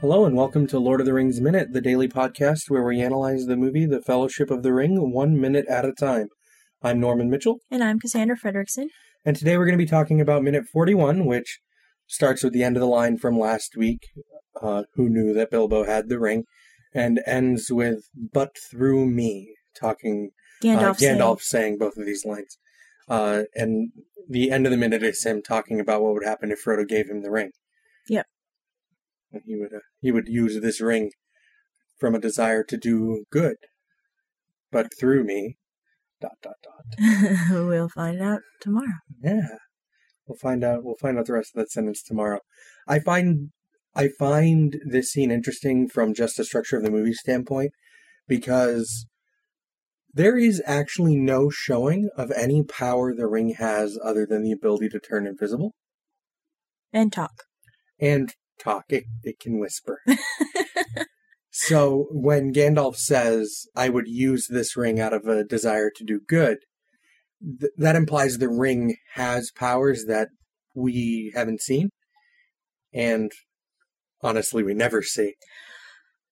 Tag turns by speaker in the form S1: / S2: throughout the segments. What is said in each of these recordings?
S1: Hello and welcome to Lord of the Rings Minute, the daily podcast where we analyze the movie The Fellowship of the Ring one minute at a time. I'm Norman Mitchell,
S2: And I'm Cassandra Frederickson.
S1: and today we're going to be talking about minute 41, which starts with the end of the line from last week, uh, who knew that Bilbo had the ring, and ends with but through me, talking
S2: Gandalf.
S1: uh, Gandalf saying both of these lines. Uh, and the end of the minute is him talking about what would happen if Frodo gave him the ring.
S2: Yep.
S1: And he would uh, he would use this ring from a desire to do good, but through me. Dot dot dot.
S2: saying- we'll find out tomorrow.
S1: Yeah, we'll find out. We'll find out the rest of that sentence tomorrow. I find I find this scene interesting from just the structure of the movie standpoint because there is actually no showing of any power the ring has other than the ability to turn invisible
S2: And talk.
S1: and talk. It it can whisper. so when Gandalf says, "I would use this ring out of a desire to do good," th- that implies the ring has powers that we haven't seen, and honestly, we never see.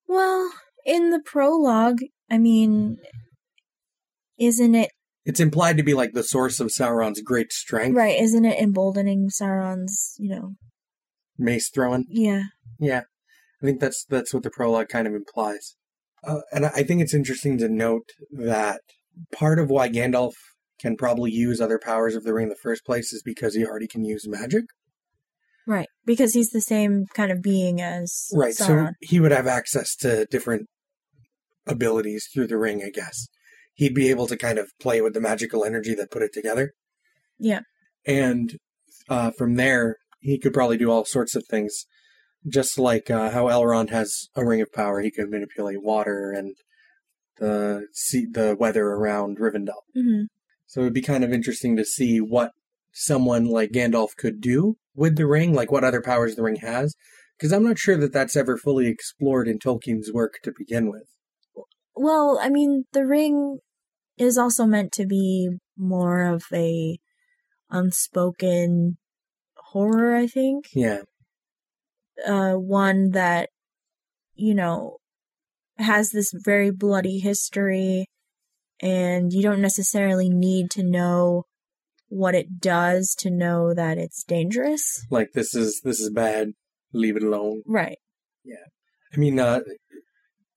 S2: Well, in the prologue, I mean, isn't it
S1: It's implied to be like the source of Sauron's great strength,
S2: right? Isn't it emboldening Sauron's? You know,
S1: mace throwing.
S2: yeah,
S1: Yeah, I think that's that's what the prologue kind of implies, uh, and I I think it's interesting to note that part of why Gandalf can probably use other powers of the ring in the first place is because he already can use magic.
S2: right. Because he's the same kind of being as
S1: Right, so
S2: Sauron.
S1: he would have access to different abilities through the ring, I guess. He'd be able to kind of play with the magical energy that put it together.
S2: Yeah.
S1: And uh, from there, he could probably do all sorts of things, just like uh, how Elrond has a ring of power. He could manipulate water and the sea, the weather around Rivendell.
S2: hmm
S1: So it'd be kind of interesting to see what someone like Gandalf could do with the ring, like what other powers the ring has, because I'm not sure that that's ever fully explored in Tolkien's work to begin with.
S2: Well, I mean, the ring is also meant to be more of a unspoken horror. I think.
S1: Yeah,
S2: uh, one that, you know, has this very bloody history, and you don't necessarily need to know what it does to know that it's dangerous.
S1: like this is this is bad. Leave it alone.
S2: Right.
S1: I mean, uh,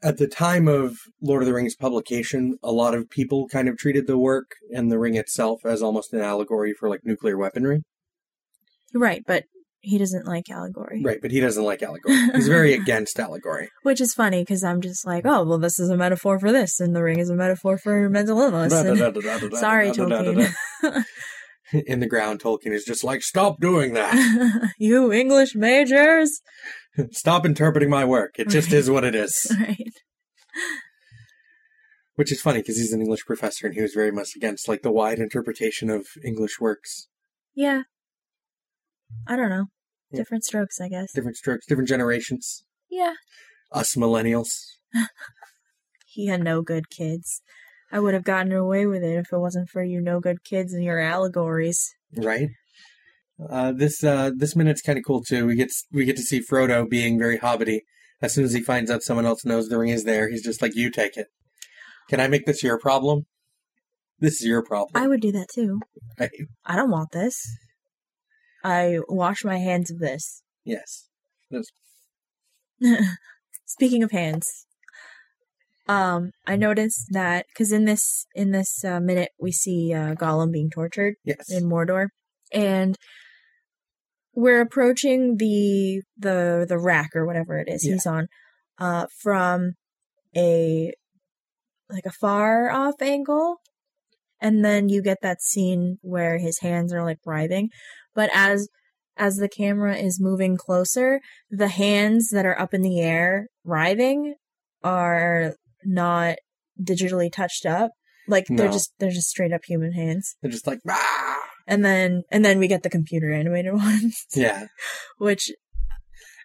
S1: at the time of Lord of the Rings publication, a lot of people kind of treated the work and the ring itself as almost an allegory for like nuclear weaponry.
S2: Right, but he doesn't like allegory.
S1: Right, but he doesn't like allegory. He's very against allegory.
S2: Which is funny because I'm just like, oh, well, this is a metaphor for this, and the ring is a metaphor for mental illness. and- Sorry, Tolkien.
S1: in the ground, Tolkien is just like, stop doing that.
S2: you English majors!
S1: stop interpreting my work. It just is what it is.
S2: Right.
S1: Which is funny because he's an English professor and he was very much against like the wide interpretation of English works.
S2: Yeah. I don't know.
S1: Yeah.
S2: Different strokes, I guess.
S1: Different strokes, different generations.
S2: Yeah.
S1: Us millennials.
S2: He had no good kids. I would have gotten away with it if it wasn't for you no good kids and your allegories.
S1: Right. Uh, this uh, this minute's kind of cool too. We get s- we get to see Frodo being very hobbity. As soon as he finds out someone else knows the ring is there, he's just like, "You take it. Can I make this your problem? This is your problem."
S2: I would do that too.
S1: Right.
S2: I don't want this. I wash my hands of this.
S1: Yes. That's-
S2: Speaking of hands, um, I noticed that because in this in this uh, minute we see uh, Gollum being tortured.
S1: yes.
S2: in Mordor, and we're approaching the the the rack or whatever it is
S1: Yeah.
S2: he's on uh, from a like a far off angle, and then you get that scene where his hands are like writhing, but as as the camera is moving closer, the hands that are up in the air writhing are not digitally touched up. Like they're
S1: No.
S2: just they're just straight up human hands
S1: They're just like, ah!
S2: and then and then we get the computer animated ones
S1: Yeah.
S2: which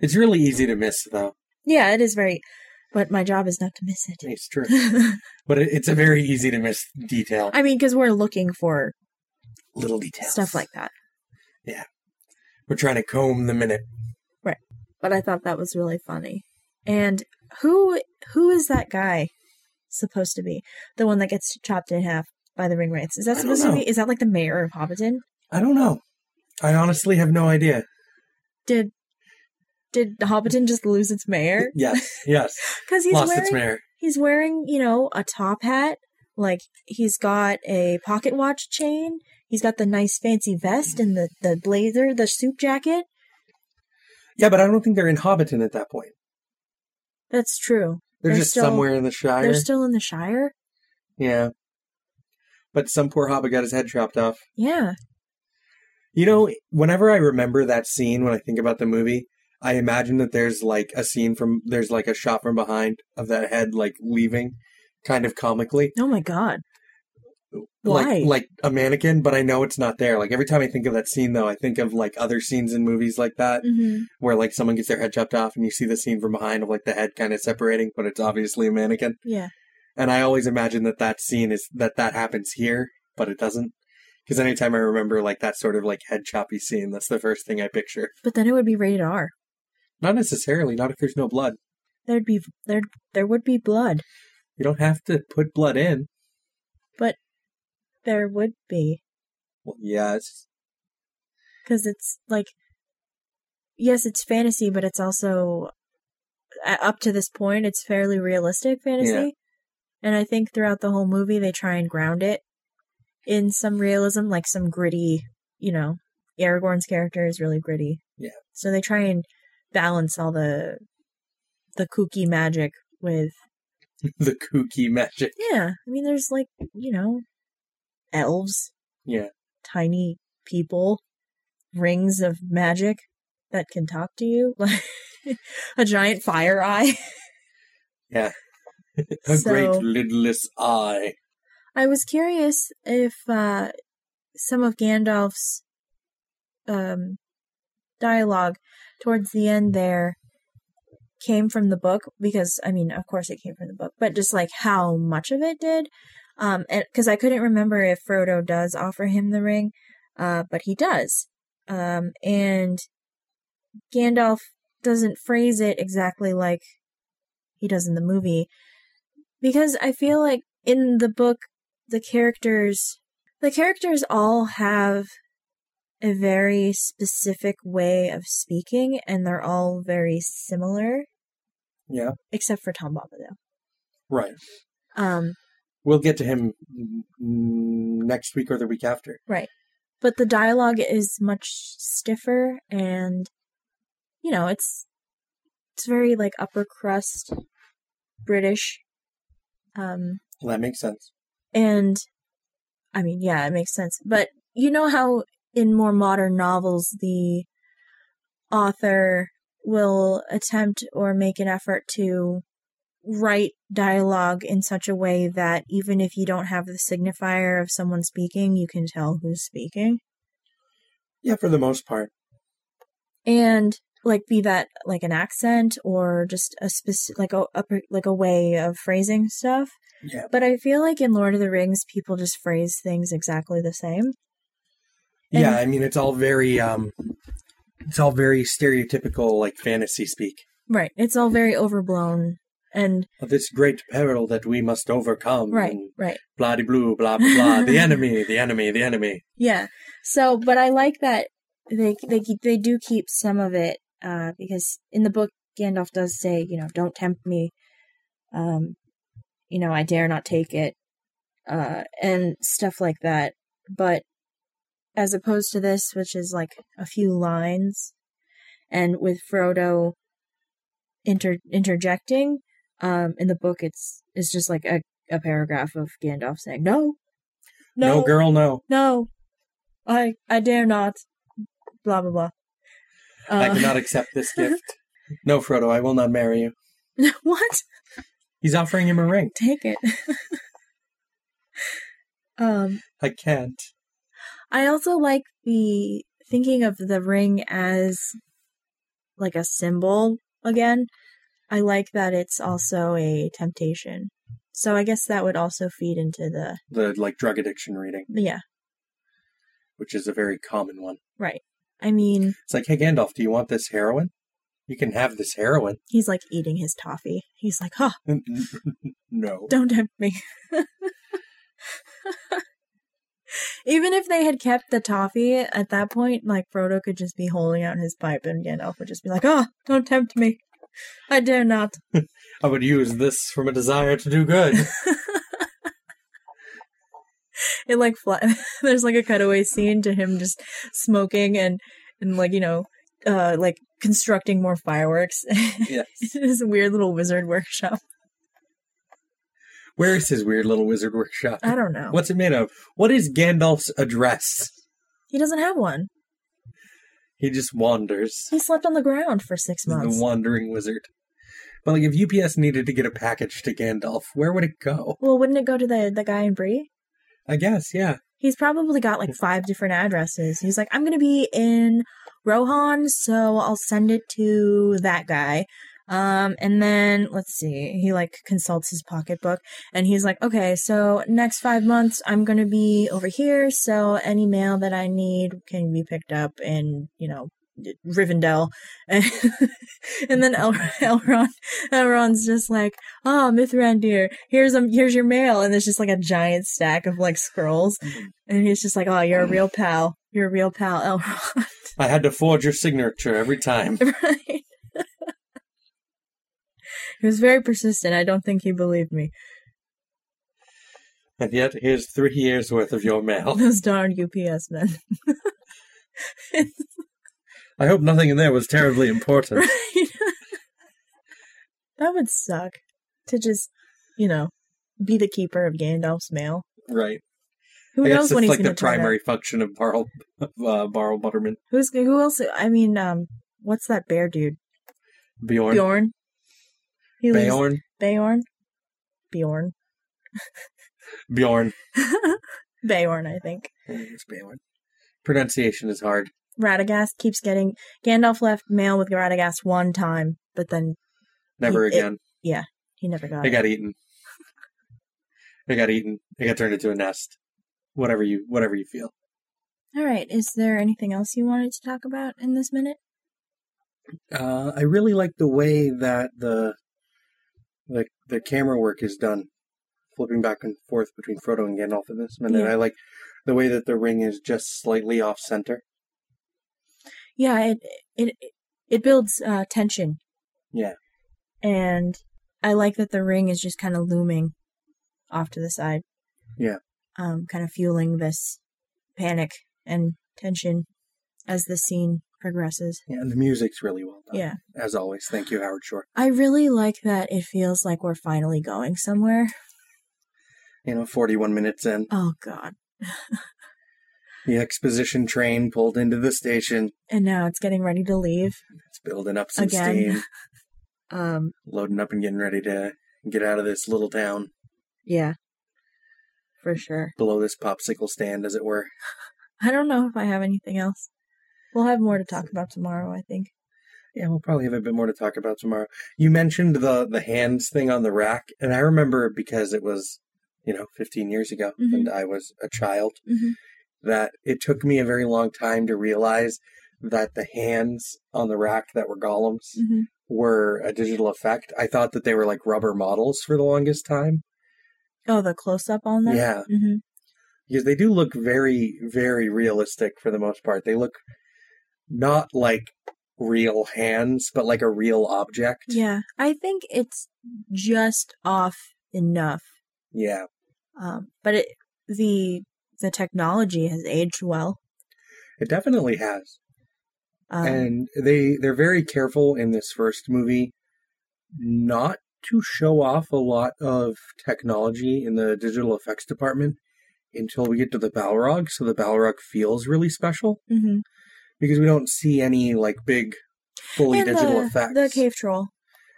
S1: It's really easy to miss, though.
S2: yeah it is very but my job is not to miss it
S1: It's true. But it, it's a very easy to miss detail.
S2: i mean because we're looking for
S1: Little details.
S2: stuff like that
S1: We're trying to comb the minute.
S2: but i thought that was really funny And who who is that guy supposed to be? The one that gets chopped in half by the ring wraiths. Is that
S1: I don't
S2: supposed to
S1: know.
S2: be? Is that like the mayor of Hobbiton?
S1: I don't know. I honestly have no idea.
S2: Did did Hobbiton just lose its mayor?
S1: Yes, yes.
S2: Because he's
S1: Lost its
S2: wearing
S1: mayor.
S2: he's wearing you know a top hat. Like he's got a pocket watch chain. He's got the nice fancy vest and the the blazer, the suit jacket.
S1: Yeah, but I don't think they're in Hobbiton at that point.
S2: That's true.
S1: They're,
S2: They're
S1: just
S2: still-
S1: somewhere in the Shire.
S2: They're still in the Shire.
S1: yeah. But some poor hobbit got his head chopped off.
S2: Yeah.
S1: You know, whenever I remember that scene, when I think about the movie, I imagine that there's like a scene from, there's like a shot from behind of that head like leaving kind of comically.
S2: Oh my god. Why?
S1: Like, like a mannequin, but I know it's not there. Like every time I think of that scene though, I think of like other scenes in movies like that
S2: hmm
S1: where like someone gets their head chopped off and you see the scene from behind of like the head kind of separating, but it's obviously a mannequin.
S2: Yeah.
S1: And I always imagine that that scene is that that happens here, but it doesn't. Because anytime I remember like that sort of like head choppy scene, that's the first thing I picture.
S2: But then it would be rated R.
S1: Not necessarily, not if there's no blood.
S2: There'd be there there would be blood.
S1: You don't have to put blood in.
S2: There would be
S1: Well, yes.
S2: because it's like yes, it's fantasy, but it's also a- up to this point it's fairly realistic fantasy.
S1: Yeah.
S2: And I think throughout the whole movie they try and ground it in some realism, like some gritty, you know, Aragorn's character is really gritty.
S1: Yeah.
S2: So they try and balance all the the kooky magic with
S1: the kooky magic.
S2: Yeah, I mean, there's like you know, elves,
S1: Yeah.
S2: tiny people, rings of magic that can talk to you, like a giant fire eye.
S1: A
S2: So-
S1: great lidless eye.
S2: I was curious if uh, some of Gandalf's um, dialogue towards the end there came from the book because I mean, of course, it came from the book, but just like how much of it did, um, because I couldn't remember if Frodo does offer him the ring, uh, but he does, um, and Gandalf doesn't phrase it exactly like he does in the movie because I feel like in the book the characters the characters all have a very specific way of speaking and they're all very similar
S1: Yeah.
S2: except for Tom Bombadil.
S1: Right.
S2: Um
S1: We'll get to him mm, next week or the week after.
S2: but the dialogue is much stiffer and you know it's it's very like upper crust British um
S1: Well, that makes sense.
S2: And I mean, yeah, it makes sense. But you know how in more modern novels the author will attempt or make an effort to write dialogue in such a way that even if you don't have the signifier of someone speaking, you can tell who's speaking.
S1: Yeah, for the most part.
S2: And like be that like an accent or just a specific like a, a like a way of phrasing stuff.
S1: Yeah.
S2: But I feel like in Lord of the Rings people just phrase things exactly the same.
S1: yeah,
S2: And-
S1: I mean it's all very um it's all very stereotypical like fantasy speak.
S2: Right. It's all very overblown and
S1: Of this great peril that we must overcome.
S2: right,
S1: and
S2: right.
S1: blah de blue, blah blah blah. the enemy, the enemy, the enemy.
S2: Yeah. So, but I like that they they keep- they do keep some of it uh because in the book Gandalf does say, you know, don't tempt me. Um you know, I dare not take it. Uh and stuff like that. But as opposed to this which is like a few lines and with Frodo inter- interjecting um in the book it's it's just like a a paragraph of Gandalf saying, "No.
S1: No, girl, no.
S2: No, I I dare not. Blah blah blah. Uh,
S1: I cannot accept this gift. No, Frodo, I will not marry you.
S2: what?
S1: He's offering him a ring.
S2: Take it. um,
S1: I can't.
S2: I also like the thinking of the ring as like a symbol again. I like that it's also a temptation. So I guess that would also feed into the
S1: The like drug addiction reading,
S2: yeah,
S1: which is a very common one.
S2: right. I mean,
S1: It's like, hey Gandalf, do you want this heroin? You can have this heroin.
S2: He's like eating his toffee. He's like, oh,
S1: no.
S2: don't tempt me. Even if they had kept the toffee at that point, like Frodo could just be holding out his pipe and Gandalf would just be like, oh, don't tempt me. I dare not.
S1: I would use this from a desire to do good.
S2: It like fly- there's like a cutaway scene to him just smoking and and like you know uh like constructing more fireworks.
S1: yes.
S2: this weird little wizard workshop.
S1: Where is his weird little wizard workshop?
S2: I don't know.
S1: What's it made of? What is Gandalf's address?
S2: He doesn't have one.
S1: He just wanders.
S2: He slept on the ground for six
S1: He's the
S2: months.
S1: wandering wizard. But like, if UPS needed to get a package to Gandalf, where would it go?
S2: Well, wouldn't it go to the the guy in Bree?
S1: I guess, yeah.
S2: He's probably got like five different addresses. He's like, I'm gonna be in Rohan, so I'll send it to that guy. Um, and then let's see, he like consults his pocketbook and he's like, okay, so next five months I'm gonna be over here, so any mail that I need can be picked up in, you know, Rivendell. and then El- Elrond, Elrond's just like, oh, Mithrandir, here's um, here's your mail, and there's just like a giant stack of like scrolls, and he's just like, oh, you're a real pal, you're a real pal, Elrond,
S1: I had to forge your signature every time.
S2: right? he was very persistent. I don't think he believed me.
S1: And yet, here's three years worth of your mail.
S2: Those darn UPS men.
S1: I hope nothing in there was terribly important.
S2: Right. that would suck to just, you know, be the keeper of Gandalf's mail.
S1: right.
S2: Who
S1: I guess
S2: knows
S1: it's
S2: when he's
S1: like
S2: going
S1: the
S2: to turn up?
S1: primary function of Barl, of, uh, Barl Butterman.
S2: Who's who else? I mean, um, what's that bear dude?
S1: Bjorn.
S2: Bjorn. He lives-
S1: Bjorn.
S2: Bjorn. Bjorn.
S1: Bjorn.
S2: Bjorn, I think.
S1: It's Bjorn. Pronunciation is hard.
S2: Radagast keeps getting Gandalf left mail with Radagast one time, but then
S1: Never
S2: It-
S1: again.
S2: he never got
S1: They
S2: it.
S1: got eaten. They got eaten. They got turned into a nest. Whatever you whatever you feel.
S2: All right, is there anything else you wanted to talk about in this minute?
S1: Uh, I really like the way that the the the camera work is done, flipping back and forth between Frodo and Gandalf in this minute.
S2: Yeah.
S1: I like the way that the ring is just slightly off center.
S2: Yeah, it it it builds uh, tension.
S1: Yeah.
S2: and I like that the ring is just kind of looming off to the side.
S1: Yeah.
S2: um, kind of fueling this panic and tension as the scene progresses.
S1: Yeah, and the music's really well done.
S2: Yeah,
S1: As always, thank you, Howard Shore.
S2: I really like that. It feels like we're finally going somewhere.
S1: You know, forty one minutes in.
S2: Oh God.
S1: The exposition train pulled into the station.
S2: And now it's getting ready to leave.
S1: It's building up some
S2: Again.
S1: steam.
S2: Um,
S1: Loading up and getting ready to get out of this little town.
S2: yeah, for sure.
S1: below this popsicle stand, as it were.
S2: I don't know if I have anything else. We'll have more to talk about tomorrow, I think.
S1: Yeah, we'll probably have a bit more to talk about tomorrow. You mentioned the the hands thing on the rack, and I remember because it was, you know, 15 years ago,
S2: Mhm.
S1: and I was a child,
S2: Mm-hmm.
S1: that it took me a very long time to realize that the hands on the rack that were golems
S2: Mm-hmm.
S1: were a digital effect. I thought that they were like rubber models for the longest time.
S2: Oh, the close up on that?
S1: Yeah,
S2: Mm-hmm.
S1: because they do look very, very realistic for the most part. They look not like real hands, but like a real object.
S2: Yeah. I think it's just off enough.
S1: Yeah.
S2: Um, but it, the the technology has aged well.
S1: It definitely has.
S2: Um,
S1: and they they're very careful in this first movie not to show off a lot of technology in the digital effects department until we get to the Balrog, so the Balrog feels really special
S2: mhm.
S1: because we don't see any like big fully
S2: And
S1: digital
S2: the,
S1: effects.
S2: The cave troll.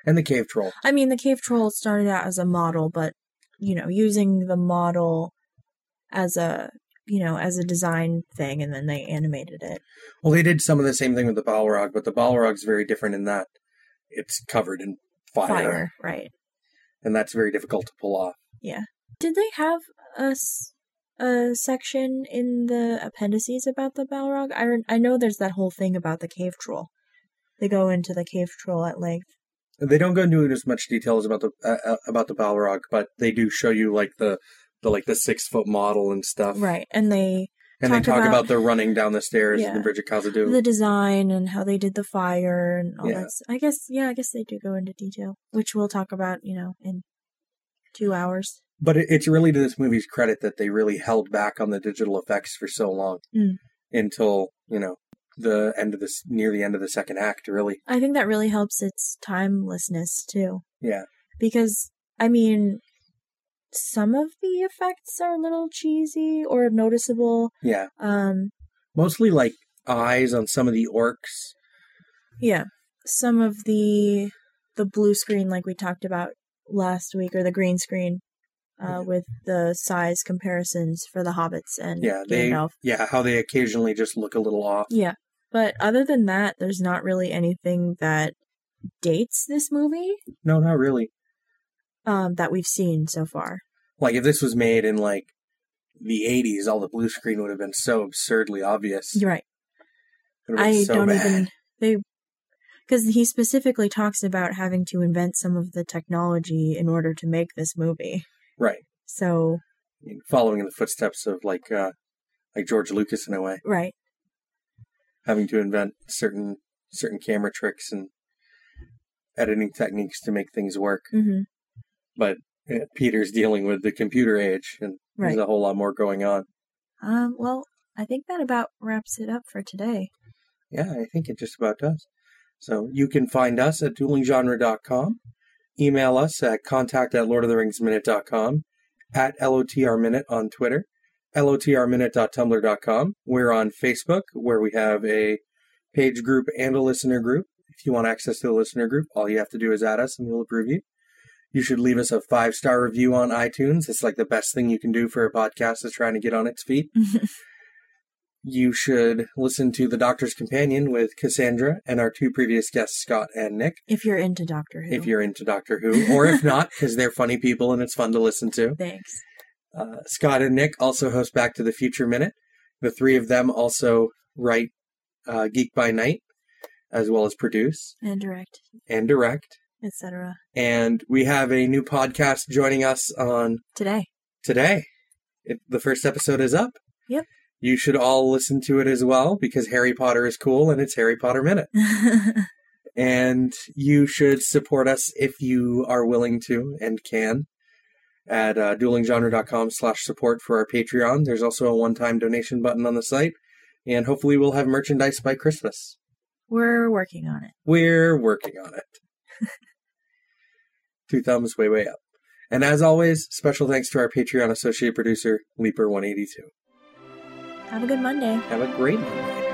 S1: and the cave troll.
S2: I mean, the cave troll started out as a model, but you know, using the model as a you know as a design thing, and then they animated it.
S1: Well, they did some of the same thing with the Balrog, but the Balrog's very different in that it's covered in fire,
S2: Fire, right?
S1: and that's very difficult to pull off.
S2: Did they have a, s- a section in the appendices about the Balrog? I, re- I know there's that whole thing about the cave troll. They go into the cave troll at length.
S1: They don't go into as much details about the uh, uh, about the Balrog, but they do show you like the the like the six foot model and stuff.
S2: Right. And they
S1: And they
S2: Talk
S1: talk about,
S2: about-
S1: their running down the stairs
S2: Yeah.
S1: and the bridge of Khazad-dûm.
S2: the design and how they did the fire and all
S1: Yeah.
S2: that that. I guess yeah, I guess they do go into detail, which we'll talk about, you know, in 2 hours.
S1: but it, it's really to this movie's credit that they really held back on the digital effects for so long
S2: Mm.
S1: until you know the end of this near the end of the second act really
S2: I think that really helps its timelessness too.
S1: yeah
S2: because I mean, some of the effects are a little cheesy or noticeable.
S1: yeah
S2: Um,
S1: mostly like eyes on some of the orcs
S2: yeah, some of the the blue screen, like we talked about last week, or the green screen, uh,
S1: Mhm.
S2: with the size comparisons for the hobbits and
S1: yeah they
S2: Gandalf.
S1: yeah how they occasionally just look a little off
S2: Yeah, but other than that, there's not really anything that dates this movie
S1: no not really
S2: um, that we've seen so far.
S1: like if this was made in like the 80s all the blue screen would have been so absurdly obvious
S2: You're right.
S1: It would have been
S2: I
S1: so
S2: don't
S1: bad.
S2: even they because he specifically talks about having to invent some of the technology in order to make this movie.
S1: right
S2: So
S1: following in the footsteps of like uh like george lucas in a way
S2: right,
S1: having to invent certain certain camera tricks and editing techniques to make things work.
S2: hmm
S1: Uh, Peter's dealing with the computer age, and
S2: right.
S1: there's a whole lot more going on.
S2: Um, well, I think that about wraps it up for today.
S1: Yeah, I think it just about does. So you can find us at duelinggenre.com, email us at contact at lordoftheringsminute.com, at lotrminute on Twitter, lotrminute.tumblr.com. We're on Facebook, where we have a page group and a listener group. If you want access to the listener group, all you have to do is add us and we'll approve you. You should leave us a five star review on iTunes. It's like the best thing you can do for a podcast that's trying to get on its feet you should listen to The Doctor's Companion with Cassandra and our two previous guests, Scott and Nick,
S2: if you're into Doctor Who,
S1: if you're into Doctor Who, or if not, because they're funny people and it's fun to listen to.
S2: thanks.
S1: Uh, Scott and Nick also host Back to the Future Minute. The three of them also write uh, Geek by Night, as well as produce
S2: And direct,
S1: and direct.
S2: etc.
S1: And we have a new podcast joining us on
S2: Today.
S1: today. It, the first episode is up.
S2: Yep.
S1: You should all listen to it as well because Harry Potter is cool and it's Harry Potter Minute. and you should support us if you are willing to and can at uh, duelinggenre.com slash support for our patreon there's also a one-time donation button on the site and hopefully we'll have merchandise by christmas
S2: We're working on it.
S1: we're working on it two thumbs way way up and as always special thanks to our patreon associate producer leaper182
S2: Have a good Monday.
S1: have a great night